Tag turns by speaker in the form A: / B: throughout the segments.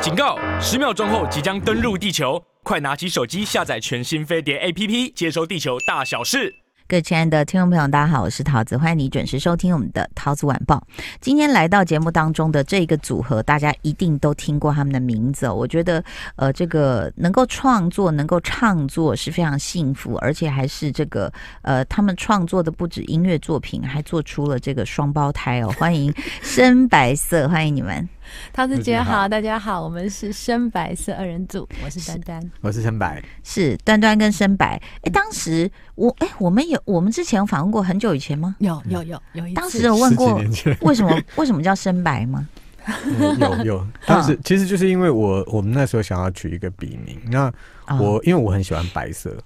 A: 警告！十秒钟后即将登陆地球，快拿起手机下载全新飞碟 APP，接收地球大小事。
B: 各位亲爱的听众朋友，大家好，我是桃子，欢迎你准时收听我们的《桃子晚报》。今天来到节目当中的这个组合，大家一定都听过他们的名字、哦。我觉得，呃，这个能够创作、能够唱作是非常幸福，而且还是这个，呃，他们创作的不止音乐作品，还做出了这个双胞胎哦。欢迎深白色，欢迎你们。
C: 桃子姐好，大家好，我们是深白色二人组，我是丹丹，
D: 我是深白，
B: 是端端跟深白。哎，当时我哎，我们有我们之前有访问过很久以前吗？
C: 有有有有一
B: 当时有问过
D: 十几年 前
B: 为什么为什么叫深白吗？
D: 嗯有 有，当时其实就是因为我我们那时候想要取一个笔名，那
B: 啊
D: 我、因为我很喜欢白色，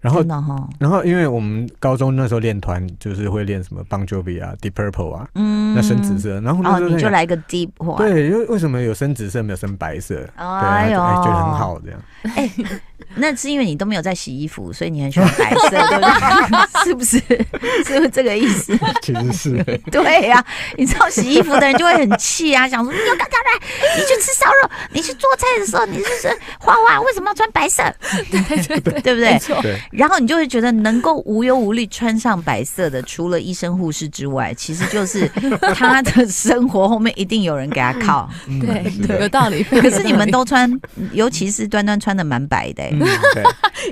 D: 然后
B: 嗯真的哈，
D: 然后因为我们高中那时候练团就是会练什么 Bon Jovi 啊、Deep Purple 啊，
B: 嗯
D: 那深紫色，然后那
B: 哦，
D: 时候
B: 你
D: 在
B: 就
D: 想
B: 来个 deep 话，
D: 对，因为为什么有深紫色没有深白色？
B: 哎
D: 对，
B: 呦
D: 然后就哎觉得很好 这样。
B: 那是因为你都没有在洗衣服，所以你很喜欢白色，对 不对？是不是？是不是这个意思？
D: 其实是、
B: 对呀、你知道洗衣服的人就会很气啊，想说你有干啥来？你去吃烧肉，你去做菜的时候，你就是花花，为什么要穿白色？对对对，对不对？
D: 对，
B: 然后你就会觉得能够无忧无虑穿上白色的，除了医生护士之外，其实就是他的生活后面一定有人给他 靠。
D: 嗯是
C: 对，有
D: 的
C: 道 理。
B: 可是你们都穿，尤其是端端穿的蛮白的、欸
D: 嗯，对，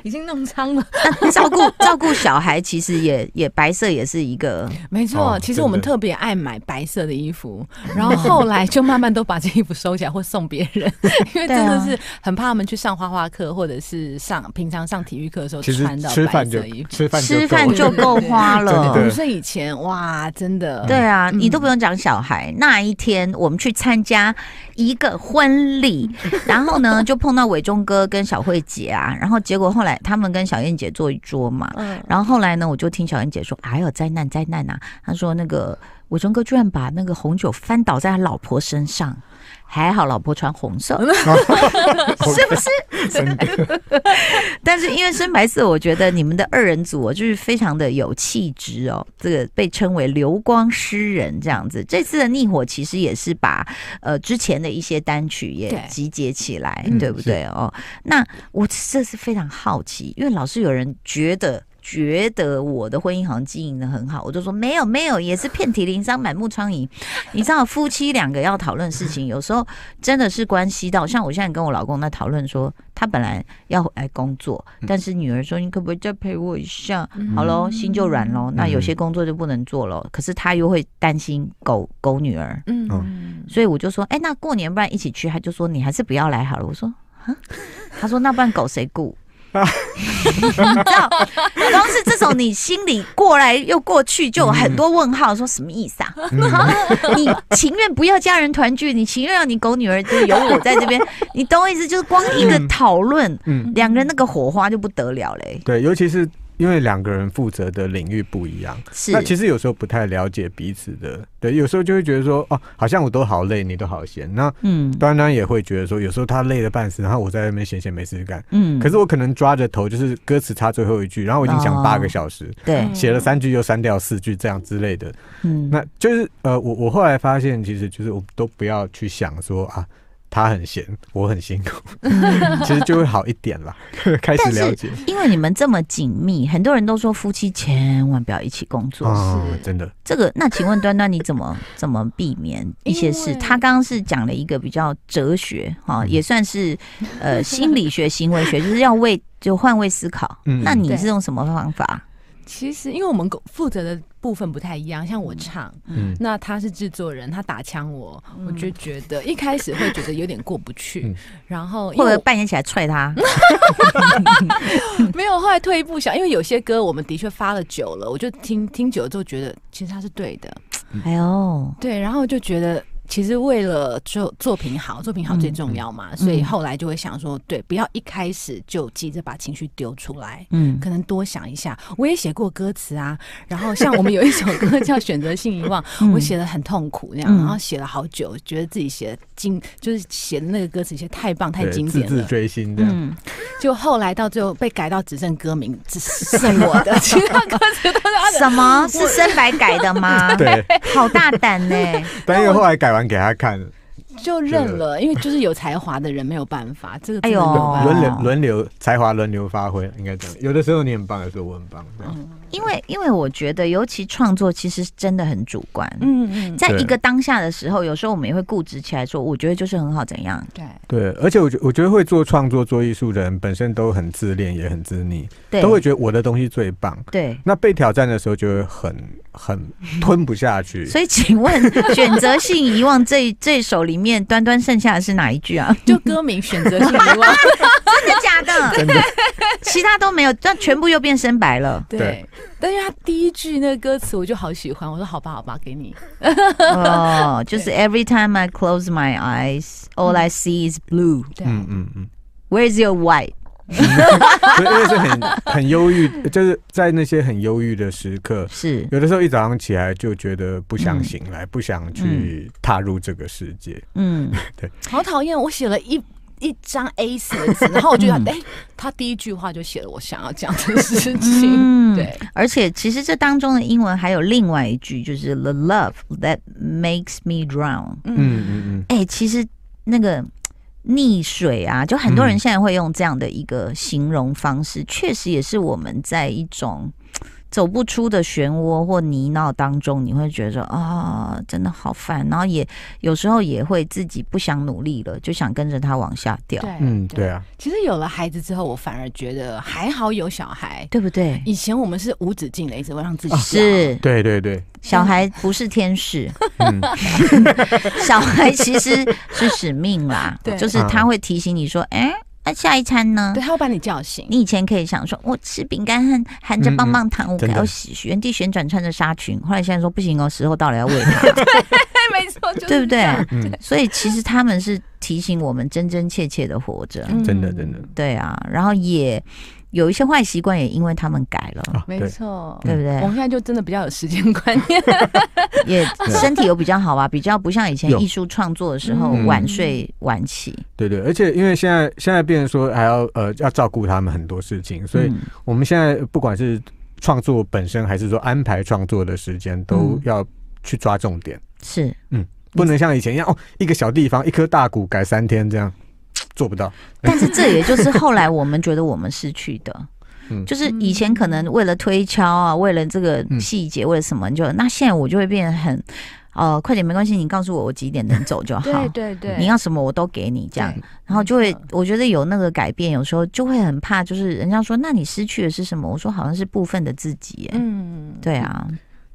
C: 已经弄脏了，
B: 那 照顾照顾小孩，其实也也白色也是一个
C: 没错。
D: 哦
C: 其实我们
D: 真的
C: 特别爱买白色的衣服，然后后来就慢慢都把这衣服收起来或送别人， 因为
B: 对
C: 真
B: 啊
C: 的是很怕他们去上花花课或者是上平常上体育课的时候
D: 其实
C: 穿到
D: 吃
C: 白
D: 饭就
C: 色衣服。
D: 吃饭
B: 吃
D: 够
B: 饭
D: 了
B: 就够花
D: 真
B: 了
D: 的。
C: 五岁以前，哇，真的，
B: 对啊，
C: 嗯
B: 你都不用讲小孩。那一天我们去参加一个婚 礼，然后呢就碰到伟忠哥跟小慧姐啊，然后结果后来他们跟小燕姐坐一桌嘛，
C: 嗯，
B: 然后后来呢我就听小燕姐说：“哎呦，灾难灾难啊！”她说那个伟忠哥居然把那个红酒翻倒在他老婆身上，还好老婆穿红色，是不是？
D: 真的
B: 但是因为深白色，我觉得你们的二人组哦，就是非常的有气质哦，这个被称为流光诗人这样子。这次的逆火其实也是把呃之前的一些单曲也
C: 对
B: 集结起来，对
D: 嗯
B: 不对哦？那我这是非常好奇，因为老是有人觉得。觉得我的婚姻好像经营的很好，我就说没有没有，也是遍体鳞伤、满目疮痍。你知道夫妻两个要讨论事情，有时候真的是关系到，像我现在跟我老公在讨论说，他本来要回来工作，但是女儿说你可不可以再陪我一下？
C: 嗯
B: 好喽，心就软喽。那有些工作就不能做喽，可是他又会担心狗狗女儿，
C: 嗯
D: 哦
C: 嗯，
B: 所以我就说，哎，那过年不然一起去？他就说你还是不要来好了。我说啊，他说那不然狗谁顾？ 你知道，光是这种你心里过来又过去，就有很多问号，说什么意思啊？
D: 嗯
B: 你情愿不要家人团聚，你情愿让你狗女儿就有我在 这边，你懂我意思？就是光一个讨论，
D: 嗯，
B: 两个人那个火花就不得了嘞。
D: 对，尤其是因为两个人负责的领域不一样，
B: 是，
D: 那其实有时候不太了解彼此的，对，有时候就会觉得说，哦，好像我都好累，你都好闲。那
B: 嗯
D: 端端也会觉得说，有时候他累得半死，然后我在那边闲闲没事干。
B: 嗯，
D: 可是我可能抓着头，就是歌词差最后一句，然后我已经想八
B: 哦
D: 个小时，
B: 对，
D: 写了三句又删掉四句这样之类的。
B: 嗯，
D: 那就是呃，我我后来发现，其实就是我们都不要去想说啊，他很闲，我很辛苦，其实就会好一点啦，开始
B: 但是
D: 了解
B: 因为你们这么紧密，很多人都说夫妻千万不要一起工作。
D: 哦
C: 是
D: 真的。
B: 这个，那请问端端你怎 么怎么避免一些
C: 因
B: 事？
C: 为
B: 他刚刚是讲了一个比较哲学哈、
D: 嗯
B: 也算是呃心理学、行 为学，就是要为就换位思考。
D: 嗯
B: 那你
C: 对
B: 是用什么方法？
C: 其实因为我们狗负责的部分不太一样，像我唱，
D: 嗯
C: 那他是制作人，他打枪我，
B: 嗯
C: 我就觉得一开始会觉得有点过不去，
D: 嗯
C: 然后
B: 会
C: 因
B: 不
C: 为
B: 会
C: 我
B: 半夜起来踹他？
C: 没有，后来退一步想，因为有些歌我们的确发了久了，我就听听久了之后觉得其实他是对的，
B: 哎呦，
C: 对，然后就觉得。其实为了作作品好，作品好最重要嘛，所以后来就会想说，对，不要一开始就急着把情绪丢出来，
B: 嗯，
C: 可能多想一下。我也写过歌词啊，然后像我们有一首歌叫《选择性遗忘》，我写的很痛苦那样，
B: 嗯
C: 然后写了好久，觉得自己写的经就是写的那个歌词写得太棒太
D: 对
C: 经
D: 字
C: 典
D: 字
C: 了，
D: 追星这样。
B: 嗯，
C: 就后来到最后被改到只剩歌名，只剩我的， 其他歌词都是他的。
B: 什么 是深白改的吗？
D: 对，
B: 好大胆呢、
D: 但因为后来改完给他看，
C: 就认了，因为就是有才华的人没有办法，这个真的
B: 哎呦
C: 没有办法
D: 轮流轮流才华轮流发挥，应该这样。有的时候你很棒，有的时候我很棒，这样。
B: 因为因为我觉得，尤其创作其实真的很主观。
C: 嗯嗯，
B: 在一
D: 对
B: 个当下的时候，有时候我们也会固执起来说，我觉得就是很好怎样。
C: 对，
D: 对，而且我觉我觉得会做创作、做艺术的人本身都很自恋，也很自溺，
B: 对，
D: 都会觉得我的东西最棒。
B: 对。
D: 那被挑战的时候就会很 很吞不下去。
B: 所以，请问选择性遗忘这这首里面，端端剩下的是哪一句啊？
C: 就歌名选择性遗
B: 真
C: 忘，
B: 的假的？
D: 真的，
B: 其他都没有，但全部又变深白 了。
C: 对
D: 对。
C: 但是他第一句那个歌词我就好喜欢，我说好吧好吧，给你。
B: 哦，就是 Every time I close my eyes, all I see is blue.
C: 对，
D: 嗯嗯嗯，
B: Where's your white？
D: 所以因为是很很忧郁， 就是在那些很忧郁的时刻，
B: 是
D: 有的时候一早上起来就觉得不想醒来，不想去踏入这个世界。
B: 嗯，
C: 好讨厌，我写了一。一张 A 四的纸，然后我就想，哎、他第一句话就写了我想要讲的事情，
B: 嗯
C: 对，
B: 而且其实这当中的英文还有另外一句，就是 The love that makes me drown。
C: 嗯，
D: 嗯嗯嗯，
B: 哎、其实那个嘖溺水啊，就很多人现在会用这样的一个形容方式，确、实也是我们在一种。嘖走不出的漩涡或泥淖当中，你会觉得啊、真的好烦，然后也有时候也会自己不想努力了，就想跟着它往下掉，
C: 对，
D: 嗯，对。啊，
C: 其实有了孩子之后，我反而觉得还好有小孩。
B: 对不对？
C: 以前我们是无止境的，一直会让自己掉，
B: 是
D: 对对对，
B: 小孩不是天使，
D: 嗯，
B: 小孩其实是使命啦
C: 对
B: 就是他会提醒你说，哎、那、下一餐呢
C: 对，？他要把你叫醒。
B: 你以前可以想说，我吃饼干含含着棒棒糖，我
D: 嗯真
B: 还
D: 的
B: 要洗原地旋转穿着纱裙。后来现在说不行哦，时候到了要喂它，
C: 对，没错，就是
B: 对不
C: 这
B: 对
C: 样？
D: 嗯？
B: 所以其实他们是提醒我们真真切切的活着，
C: 嗯
D: 真的真的，
B: 对啊，然后也有一些坏习惯也因为他们改了，
D: 啊，嗯
C: 没
D: 对，
C: 错。
B: 对不
C: 我
B: 对？
C: 们现在就真的比较有时间观念，
B: 也身体又比较好啊，比较不像以前
D: 有
B: 艺术创作的时候
D: 嗯
B: 晚睡晚起，
D: 对对，而且因为现在现在变成说还要呃要照顾他们很多事情，所以
B: 嗯
D: 我们现在不管是创作本身，还是说安排创作的时间，都
B: 嗯
D: 要去抓重点，
B: 是
D: 不能像以前一样哦，一个小地方一棵大鼓改三天这样，做不到。
B: 但是这也就是后来我们觉得我们失去的
D: 嗯。
B: 就是以前可能为了推敲啊，为了这个细节，为了什么你就那现在我就会变得很，呃，快点没关系，你告诉我我几点能走就好，
C: 对对嗯
B: 你要什么我都给你这样，然后就会我觉得有那个改变，有时候就会很怕，就是人家说那你失去的是什么？我说好像是部分的自己耶，
C: 嗯，
B: 对啊，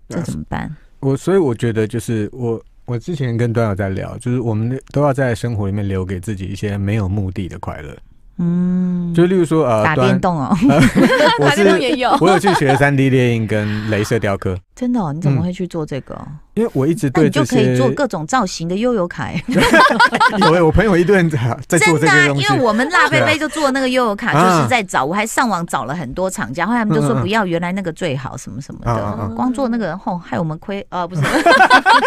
B: 这怎么办？
D: 我所以我觉得就是我我之前跟端友在聊，就是我们都要在生活里面留给自己一些没有目的的快乐，
B: 嗯，
D: 就例如说呃，
B: 打
D: 端
B: 电，动哦，
D: 我
C: 打电动
D: 是
C: 也有，
D: 我有去学三 D 猎印跟镭射雕刻。
B: 真的哦，你怎么
D: 嗯
B: 会去做这个哦？
D: 因为我一直
B: 那
D: 对
B: 你
D: 这
B: 就可以
D: 些
B: 做各种造型的悠游卡耶。
D: 有欸我朋友一堆人在在做
B: 真
D: 这
B: 的、啊
D: 个，东
B: 因
D: 西，
B: 为我们辣贝贝就做那个悠游卡，
D: 啊
B: 就是在找，我还上网找了很多厂家，后来他们就说
D: 嗯嗯嗯
B: 不要，原来那个最好，什么什么
D: 啊
B: 的
D: 啊。
C: 啊
B: 光做那个，吼，害我们亏，呃，不是。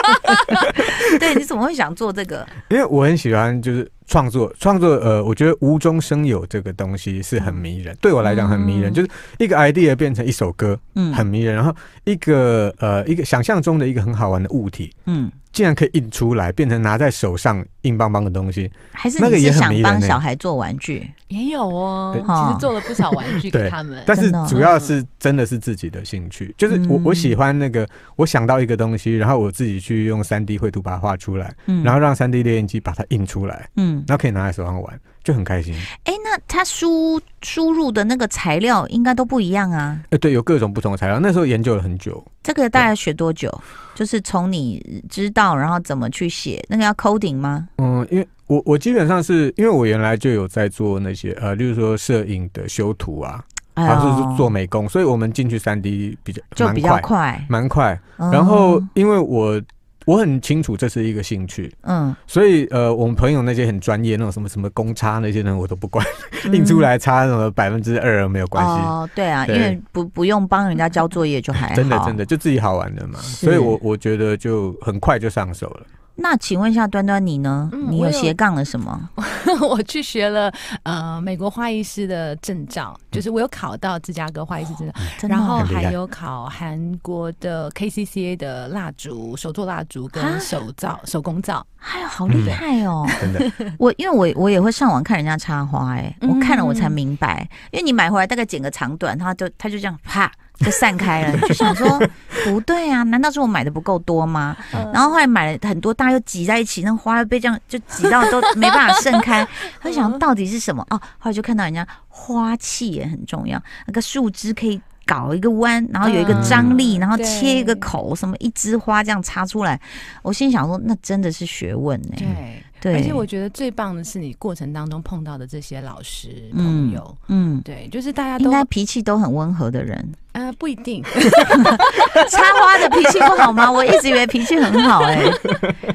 B: 对，你怎么会想做这个？
D: 因为我很喜欢就是创作，创作呃，我觉得无中生有这个东西是很迷人，对我来讲很迷人，
B: 嗯
D: 就是一个 idea 变成一首歌，
B: 嗯
D: 很迷人，然后一个呃一个想象中的一个很好玩的物体。
B: 嗯，
D: 竟然可以印出来，变成拿在手上硬邦邦的东西，
B: 还是
D: 那个
B: 你
D: 也
B: 是
D: 很
B: 想
D: 迷人
B: 帮
D: 欸
B: 小孩做玩具？
C: 也有哦。
D: 对
C: 其实做了不少玩具给
D: 对
C: 他们，
D: 但是
B: 真的哦
D: 主要是真的是自己的兴趣，就是我
B: 嗯
D: 我喜欢那个，我想到一个东西，然后我自己去用三 D 绘图把它画出来，
B: 嗯，
D: 然后让三 D 列印机把它印出来，
B: 嗯，
D: 然后可以拿在手上玩，就很开心。
B: 哎，那他输输入的那个材料应该都不一样啊。
D: 呃，对，有各种不同的材料，那时候研究了很久，
B: 这个大概学多久？就是从你知道，然后怎么去写，那个要 coding 吗？
D: 嗯，因为我我基本上是因为我原来就有在做那些呃，例如说摄影的修图啊，
B: 哎
D: 还
B: 呦
D: 是做美工，所以我们进去三 D 比较
B: 就
D: 蛮
B: 比较
D: 快，哦
B: 快。
D: 蛮快。然后
B: 嗯
D: 因为我我很清楚这是一个兴趣，
B: 嗯，
D: 所以呃，我们朋友那些很专业那种什么什么公差那些人我都不管，印出来差什么百分之二没有关系。
B: 哦，对啊，因
D: 对
B: 为不不用帮人家交作业就还好。
D: 真的真的就自己好玩的嘛，
B: 是
D: 所以我我觉得就很快就上手了。
B: 那请问一下端端你呢？
C: 嗯
B: 你
C: 我
B: 有哦
C: 有
B: 斜杠了什么？
C: 我去学了呃美国花艺师的证照，就是我有考到芝加哥花艺师证照，
B: 真的
C: 然后
B: 哦
D: 很厉害
C: 还有考韩国的 KCCA 的蜡烛、手做蜡烛
B: 啊
C: 跟手造、手工皂。
B: 哎呦，好厉害哦！
D: 真的，
B: 我因为我我也会上网看人家插花、哎、
C: 嗯
B: 我看了我才明白，因为你买回来大概剪个长短，它就它就这样啪就散开了，你就想 说不对啊，难道是我买的不够多吗？
D: 嗯
B: 然后后来买了很多大又挤在一起，那花又被这样就挤到都没办法盛 开，他就想到底是什么哦？后来就看到人家花器也很重要，那个树枝可以。搞一个弯，然后有一个张力，
C: 嗯
B: 然后
C: 对
B: 切一个口，什么一枝花这样插出来，我心想说，那真的是学问呢、
C: 对，
B: 对，
C: 而且我觉得最棒的是你过程当中碰到的这些老师朋友。
B: 嗯，
C: 对，就是大家
B: 应
C: 都
B: 该脾气都很温和的人，
C: 呃不一 定，
B: 插花的脾气不好吗？我一直以为脾气很好 哎、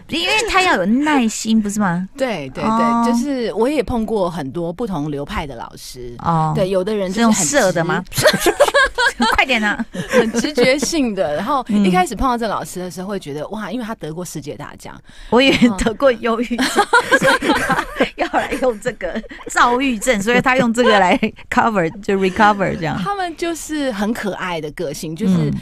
B: 因为他要有耐心，不是吗？
C: 对对对，
B: 哦
C: 就是我也碰过很多不同流派的老师，
B: 哦，
C: 对，，有的人
B: 是
C: 就是
B: 用
C: 很
B: 射的
C: 直
B: 吗？？ 快点啊！
C: 很直觉性的。然 后
B: 嗯
C: 一开始碰到这老师的时候，会觉得哇，因为他得过世界大奖，
B: 我以为得过忧郁症，所以他要来用这个躁郁症，所以他用这个来 cover 就 recover 这样。
C: 他们就是很可爱的个性，就是。
B: 嗯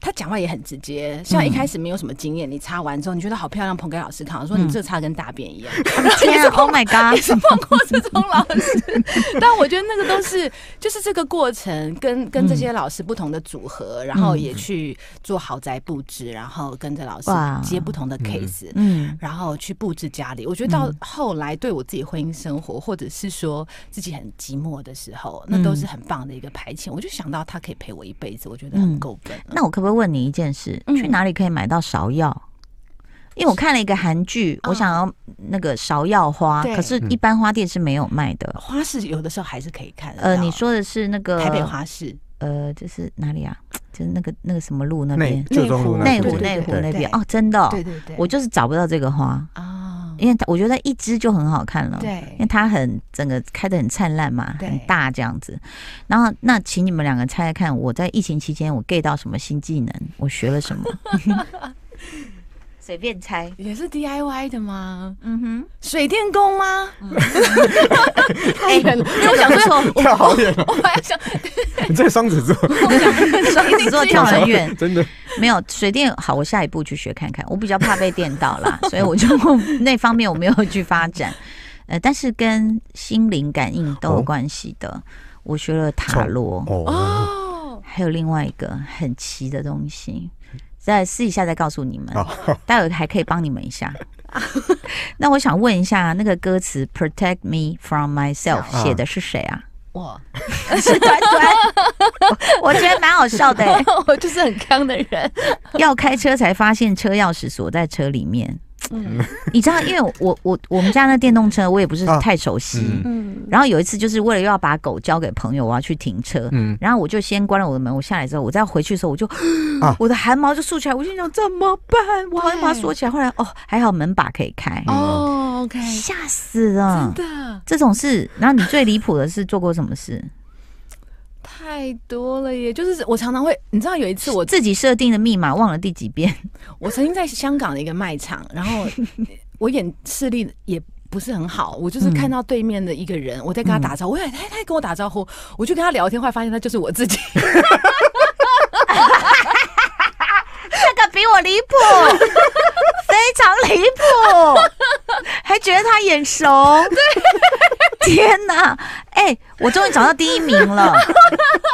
C: 他讲话也很直接，像一开始没有什么经验，你擦完之后你觉得好漂亮，捧给老师看，说
B: 嗯
C: 你这擦得跟大便一样，
B: 天啊，Oh my god！
C: 是碰过这种老师，但我觉得那个都是就是这个过程跟跟这些老师不同的组合，然后也
B: 嗯
C: 去做豪宅布置，然后跟着老师
B: 哇
C: 接不同的 case，
B: 嗯
C: 然后去布置家里。我觉得到后来对我自己婚姻生活，或者是说自己很寂寞的时候，那都
B: 嗯
C: 是很棒的一个排遣。我就想到他可以陪我一辈子，我觉得很够本了。
B: 嗯那我可不可以问你一件事？
C: 嗯
B: 去哪里可以买到芍药？因为我看了一个韩剧，
C: 啊
B: 我想要那个芍药花，
C: 对
B: 可是一般花店是没有卖的。
C: 花市有的时候还是可以看得到。
B: 呃，你说的是那个
C: 台北，花市，
B: 呃，就是哪里啊？就是那个那个什么路那
D: 内
B: 边，
D: 旧中路
B: 内
D: 那
C: 内
B: 湖
C: 对
D: 附近
B: 内湖
D: 对
B: 那边
C: 对
B: 哦，真的哦、
C: 对对对，
B: 我就是找不到这个花，
C: 啊，
B: 因为它我觉得一支就很好看了。。因为
C: 对，
B: 它很整个开的很灿烂嘛，
C: 对
B: 很大这样子。然后那请你们两个猜猜看，我在疫情期间我 get 到什么新技能，我学了 什么？随便猜。
C: 也是 DIY 的吗？
B: 嗯哼，
C: 水电工吗？
B: 嗯哎
C: 太远了，我想
B: 不
C: 说，
B: 错，
D: 跳好远哦，
C: 我还想
D: 你这双子座，
B: 双子座跳很远，
D: 真的
B: 没有水电好，我下一步去学看看。我比较怕被电到 啦，所以我就那方面我没有去发展。呃，但是跟心灵感应都有
D: 哦
B: 关系的。我学了塔
D: 从
B: 罗，
D: 哦，
C: 哦，
B: 还有另外一个很奇的东西，再试一下再告诉你们，
D: 嗯哦
B: 待会还可以帮你们一 下。那我想问一下，那个歌词 “Protect me from myself”
D: 啊
B: 写的是谁啊？
C: 我
B: 是短短，我我觉得蛮好笑的、 欸。
C: 我就是很刚的人，
B: 要开车才发现车钥匙锁在车里面，
C: 嗯
B: 你知道，因为我我我我们家那电动车我也不是
D: 啊
B: 太熟悉，
D: 嗯
C: 嗯，
B: 然后有一次就是为了要把狗交给朋友，我要去停车，
D: 嗯，
B: 然后我就先关了我的门，我下来之后，我再回去的时候，我就、
D: 啊
B: 我的汗毛就竖起来，我心想怎么办？我好像把它锁起来，后来哦，还好门把可以开，
C: 哦，OK，
B: 吓死了
C: 真。的
B: 这种事，然后你最离谱的是做过什么事？
C: 太多了耶！就是我常常会，你知道有一次我
B: 自己设定的密码忘了第几遍，
C: 我曾经在香港的一个卖场，然后 我眼视力也不是很好，我就是
B: 嗯
C: 看到对面的一个人，我在跟他打招呼，我也他他跟我打招呼，我就跟他聊天，后来发现他就是我 自己，
B: 这个比我离谱，非常离谱，还觉得他眼熟。天哪！哎、我终于找到第一名了。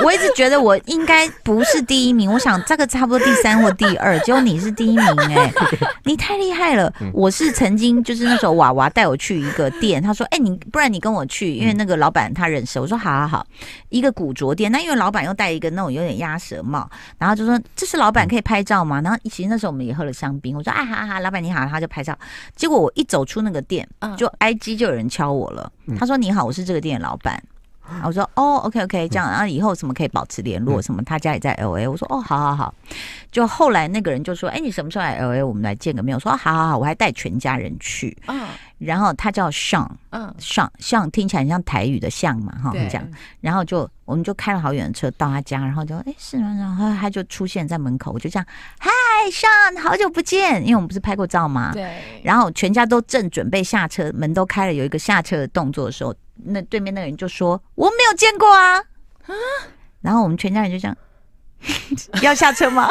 B: 我一直觉得我应该不是第一名，我想这个差不多第三或第二，结果你是第一名哎、你太厉害了！我是曾经就是那时候娃娃带我去一个店，他说：“哎、你不然你跟我去，因为那个老板他认识。”我说：“好好好。”一个古着店，那因为老板又戴一个那种有点鸭舌帽，然后就说这是老板可以拍照吗？然后其实那时候我们也喝了香槟，我说啊哈哈，老板你好，他就拍照。结果我一走出那个店，
C: 嗯
B: 就 IG 就有人敲我了，他说你好，我是这个店的老板。然后我说哦，OK OK，这样，然后以后什么可以保持联络，什么他家也在 LA，我说哦，好好好。就哦后来那个人就说，哎，你什么时候来 LA？我们来见个面。我说好好好，我还带全家人去。
C: 啊，
B: 然后他叫上
C: 嗯，
B: 上上，听起来很像台语的像嘛哈，
C: 对
B: 这样。然后就我们就开了好远的车到他家，然后就哎是吗？然后他就出现在门口，我就这样嗨上，好久不见，因为我们不是拍过照吗？
C: 对，
B: 然后全家都正准备下车，门都开了，有一个下车的动作的时候，那对面那个人就说：“我没有见过啊。”然后我们全家人就这样， 要下车吗？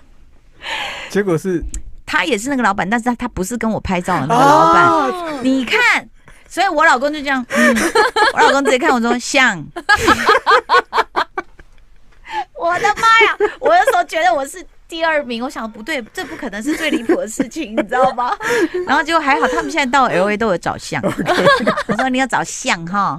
D: 结果是
B: 他也是那个老板，但是他他不是跟我拍照的那个老板。
C: 哦
B: 你看，所以我老公就这样， 嗯、我老公直接看我说像。 我的妈呀！我那时候觉得我是第二名，我想不对，这不可能是最离谱的事 情，你知道吗？然后结果还好，他们现在到 L A 都有找像。我说你要找像 哈，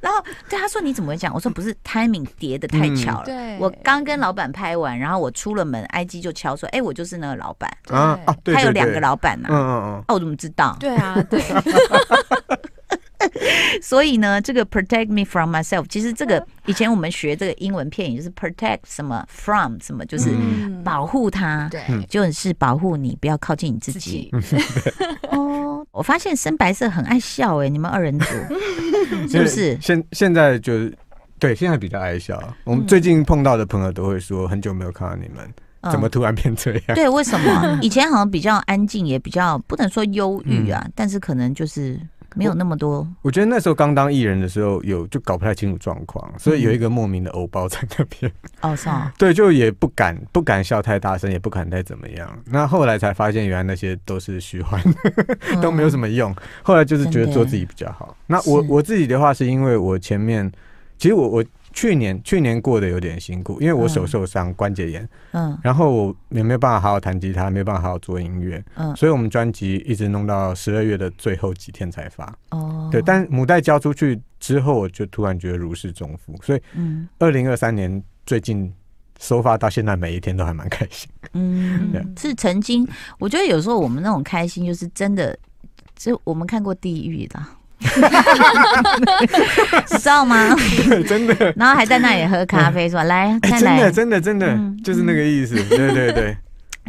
B: 然后对他说你怎么会这样？我说不是 timing 叠的太巧了，
C: 对
B: 我刚跟老板拍完，然后我出了门，IG 就敲说，哎、我就是那个老板，
D: 啊啊，对，
B: 他有
D: 对
B: 两个，老板呐、
D: 对嗯嗯嗯，
B: 啊，我怎么知道？
C: 对啊， 对，
B: 所以呢，这个 protect me from myself，其实这个以前我们学这个英文片语就是 protect 什么 from 什么，就是
C: 嗯
B: 保护它，
C: 对，
B: 就是保护你不要靠近你自
C: 自
B: 己
C: 己。
D: 嗯
B: 哦，我发现深白色很爱笑哎、你们二 人组是不
D: 因
B: 是
D: 为？嗯现现在就是对，现在比较爱笑。我们最近碰到的朋友都会说，很久没有看到你们，
B: 嗯
D: 怎么突然变这样？
B: 对，为什么以前好像比较安静，也比较不能说忧郁
D: 嗯
B: 啊，但是可能就是没有那么多
D: 我觉得那时候刚当艺人的时候，有就搞不太清楚状
B: 嗯
D: 况，所以有一个莫名的偶包在那边。
B: 哦，是哦，
D: 对，就也不敢不敢笑太大声，也不敢太怎么样。那后来才发现，原来那些都是虚幻，
B: 嗯
D: 都没有什么用。后来就是觉
B: 真的
D: 得做自己比较好。那我
B: 是
D: 我自己的话，是因为我前面其实我我去年去年过得有点辛苦，因为我手受伤，关节炎。
B: 嗯
D: 然后我也没有办法好好弹吉他，没有办法好好做音乐，
B: 嗯
D: 所以我们专辑一直弄到十二月的最后几天才发。
B: 哦，
D: 对，但母带交出去之后，我就突然觉得如释重负，所以
B: 嗯
D: 二零二三年最近收发到现在，每一天都还蛮开 心。
B: 嗯
D: 对
B: 是曾经，我觉得有时候我们那种开心，就是真的，就我们看过地狱的。 知道吗？
D: 真的，
B: 然后还在那里喝咖啡，说来
D: 哎、
B: 再
D: 真
B: 来
D: 的，。真的，真的，
B: 嗯
D: 就是那个意思。对 对对，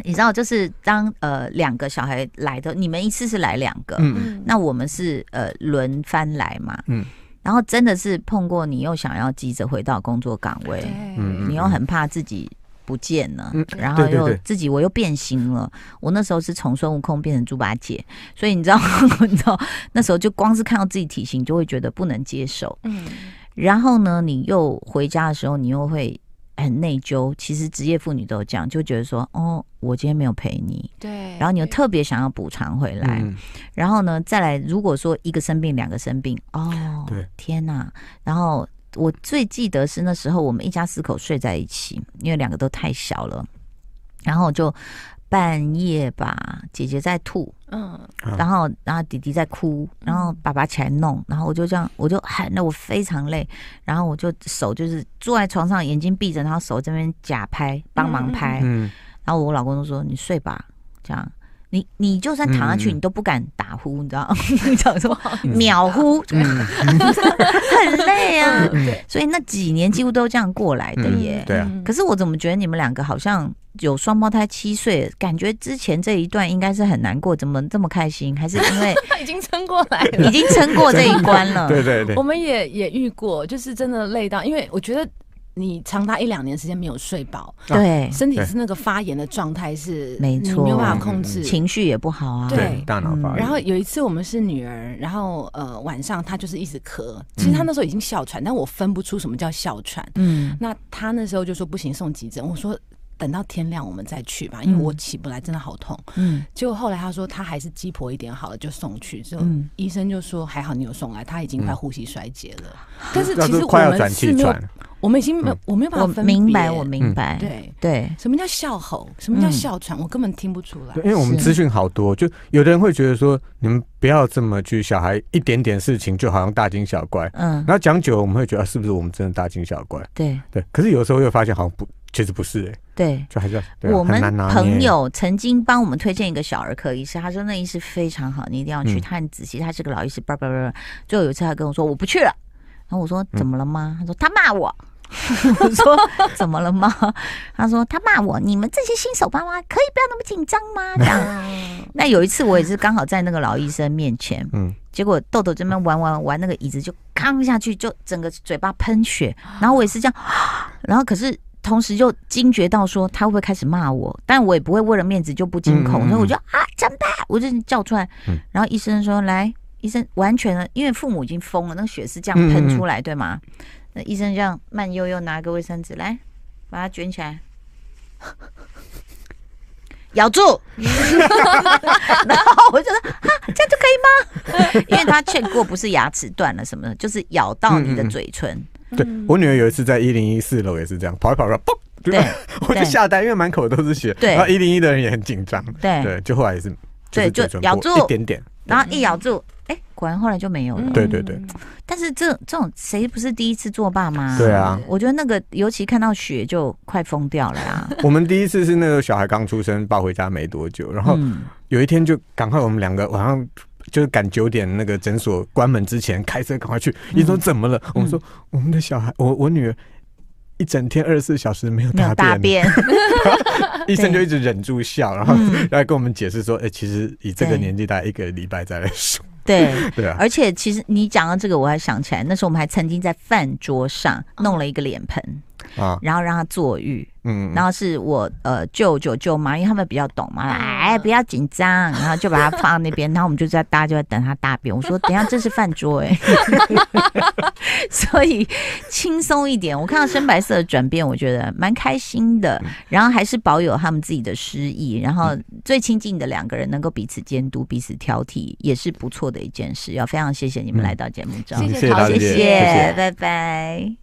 B: 你知道，就是当呃两个小孩来的，你们一次是来两个，
D: 嗯，
C: 嗯，
B: 那我们是呃轮番来嘛。
D: 嗯
B: 然后真的是碰过你又想要急着回到工作岗位，
D: 嗯
B: 你又很怕自己不见了，
D: 嗯
B: 然后
D: 对对
B: 又
D: 对
B: 自己我又变形了。我那时候是从孙悟空变成猪八戒，所以你知道， 你知道那时候就光是看到自己体型就会觉得不能接受。
C: 嗯，
B: 然后呢，你又回家的时候，你又会很内疚。其实职业妇女都有这样，就觉得说，哦，我今天没有陪你，
C: 哎对，
B: 然后你又特别想要补偿回来。
D: 嗯
B: 然后呢，再来，如果说一个生病，两个生病，哦，
D: 对，
B: 天哪！然后我最记得是那时候我们一家四口睡在一起，因为两个都太小了，然后就半夜吧，姐姐在吐，
C: 嗯，
D: 啊
B: 然后然后弟弟在哭，然后爸爸起来弄，然后我就这样，我就喊了，我非常累，然后我就手就是坐在床上，眼睛闭着，然后手这边假拍，帮忙拍，
D: 嗯，
B: 然后我老公就说：“你睡吧，这样。”你你就算躺下去，
D: 嗯嗯
B: 你都不敢打呼，你知道吗？ 你想说
D: 嗯
B: 秒呼， 很累啊。
C: 对，
B: 所以那几年几乎都这样过来的
D: 嗯
B: 耶。
D: 对啊
C: 嗯
B: 可是我怎么觉得你们两个好像有双胞胎七岁，感觉之前这一段应该是很难过，怎么这么开心？还是因为
C: 他嗯 已经撑过来
B: 已
C: 了。
B: 经撑过这一关了？
D: 对对对
C: 我，们也也遇过，就是真的累到，因为我觉得你长达一两年时间没有睡饱，
B: 嗯对，
C: 身体
D: 对
C: 是那个发炎的状态是，
B: 没
C: 你
B: 错嗯
C: 没有办法控制。
B: 情绪也不好啊。
C: 对
D: 对，大脑
B: 嗯
D: 发育。
C: 然后有一次我们是女儿，然后呃晚上她就是一直咳，其实她那时候已经哮喘，但我分不出什么叫哮喘。
B: 嗯
C: 那她那时候就说不行送急诊，我说等到天亮我们再去吧，因为我起不来真的好痛。
B: 嗯
C: 结果后来她说她还是鸡婆一点好了，就送去。之后
B: 嗯
C: 医生就说还好你有送来，她已经快呼吸衰竭了。但是
D: 嗯那
C: 其
D: 都
C: 实我
D: 快要
C: 们
D: 转
C: 是
D: 气
C: 没有
D: 喘，，嗯
C: 我们已经没有我没有办
B: 我
C: 法分别
B: 明白，我明白。
C: 对。
B: 对，
C: 什么叫笑吼？什么叫
B: 嗯
C: 哮喘？我根本听不出来
D: 对，。因为我们
B: 是
D: 资讯好多，就有的人会觉得说，你们不要这么去小孩一点点事情就好像大惊小怪，
B: 嗯
D: 然，后讲久了我们会觉得、啊、是不是我们真的大惊小怪？
B: 对
D: 对，可是有时候又发现好像不，其实不是、欸，
B: 对。
D: 就还是要对啊
B: 我
D: 很
B: 们
D: 难拿捏
B: 朋友曾经帮我们推荐一个小儿科医师，他说那医师非常好，你一定要去，
D: 嗯
B: 他很仔细，他是个老医师。叭叭叭叭，最后有一次他跟我说我不去了，然后我说怎么了吗？他说他骂我， 我说怎么了吗？他说他骂我，你们这些新手爸妈可以不要那么紧张吗？这样。那有一次我也是刚好在那个老医生面前，
D: 嗯，
B: 结果豆豆这边玩玩玩那个椅子就扛下去，就整个嘴巴喷血，
D: 啊
B: 然后我也是这样， 然后可是。同时就惊觉到说他会不会开始骂我，但我也不会为了面子就不惊恐，
D: 嗯嗯嗯
B: 所以我就啊怎么办？我就叫出来，
D: 嗯
B: 然后医生说来，医生完全了，因为父母已经疯了，那个血是这样喷出来，对吗？那医生这样慢悠悠拿个卫生纸来，把它卷起来，咬住，然后我就说啊，这样就可以吗？因为他劝过不是牙齿断了什么的，就是咬到你的嘴唇。
D: 对我女儿有一次在一零一四楼也是这样跑一跑，然后砰，就
B: 嗯对
D: 我就
B: 对
D: 吓呆，因为满口都是血。
B: 对
D: 然后一零一的人也很紧张。
B: 对
D: 对，就后来也是，
B: 对
D: 是
B: 就
D: 嘴唇
B: 咬
D: 破
B: 住
D: 一点点。
B: 然后一咬住，哎、果然后来就没有了。
C: 嗯
D: 对对对，
B: 但是这这种谁不是第一次做爸妈？
D: 对啊，
B: 我觉得那个尤其看到血就快疯掉了 啦。
D: 我们第一次是那个小孩刚出生抱回家没多久，然后
B: 嗯，
D: 有一天就赶快我们两个晚上。就是赶九点那个诊所关门之前开车赶快去。
B: 嗯
D: 医生说怎么了？我们说我们的小孩，我我女儿一整天二十四小时没有
B: 没
D: 大
B: 有大便，
D: 医生就一直忍住笑， 然后
B: 嗯
D: 来跟我们解释说，哎、其实以这个
B: 对
D: 年纪，大概一个礼拜再来说，
B: 对。
D: 对啊，
B: 而且其实你讲到这个，我还想起来，那时候我们还曾经在饭桌上弄了一个脸盆，
D: 啊，
B: 然后让他坐浴。
D: 嗯，
B: 然后是我呃舅舅舅妈，因为他们比较懂嘛，哎不要紧张，然后就把它放在那边，然后我们就在大家就在等他大便。我说等一下这是饭桌哎、 所以轻松一点。我看到深白色的转变，我觉得蛮开心的。然后还是保有他们自己的诗意，然后最亲近的两个人能够彼此监督、彼此挑剔，也是不错的一件事。要非常谢谢你们来到节目中，
D: 谢
C: 谢
D: 谢
C: 陶
D: 大
C: 姐
D: 姐，
B: 谢
C: 谢
B: 谢，拜拜。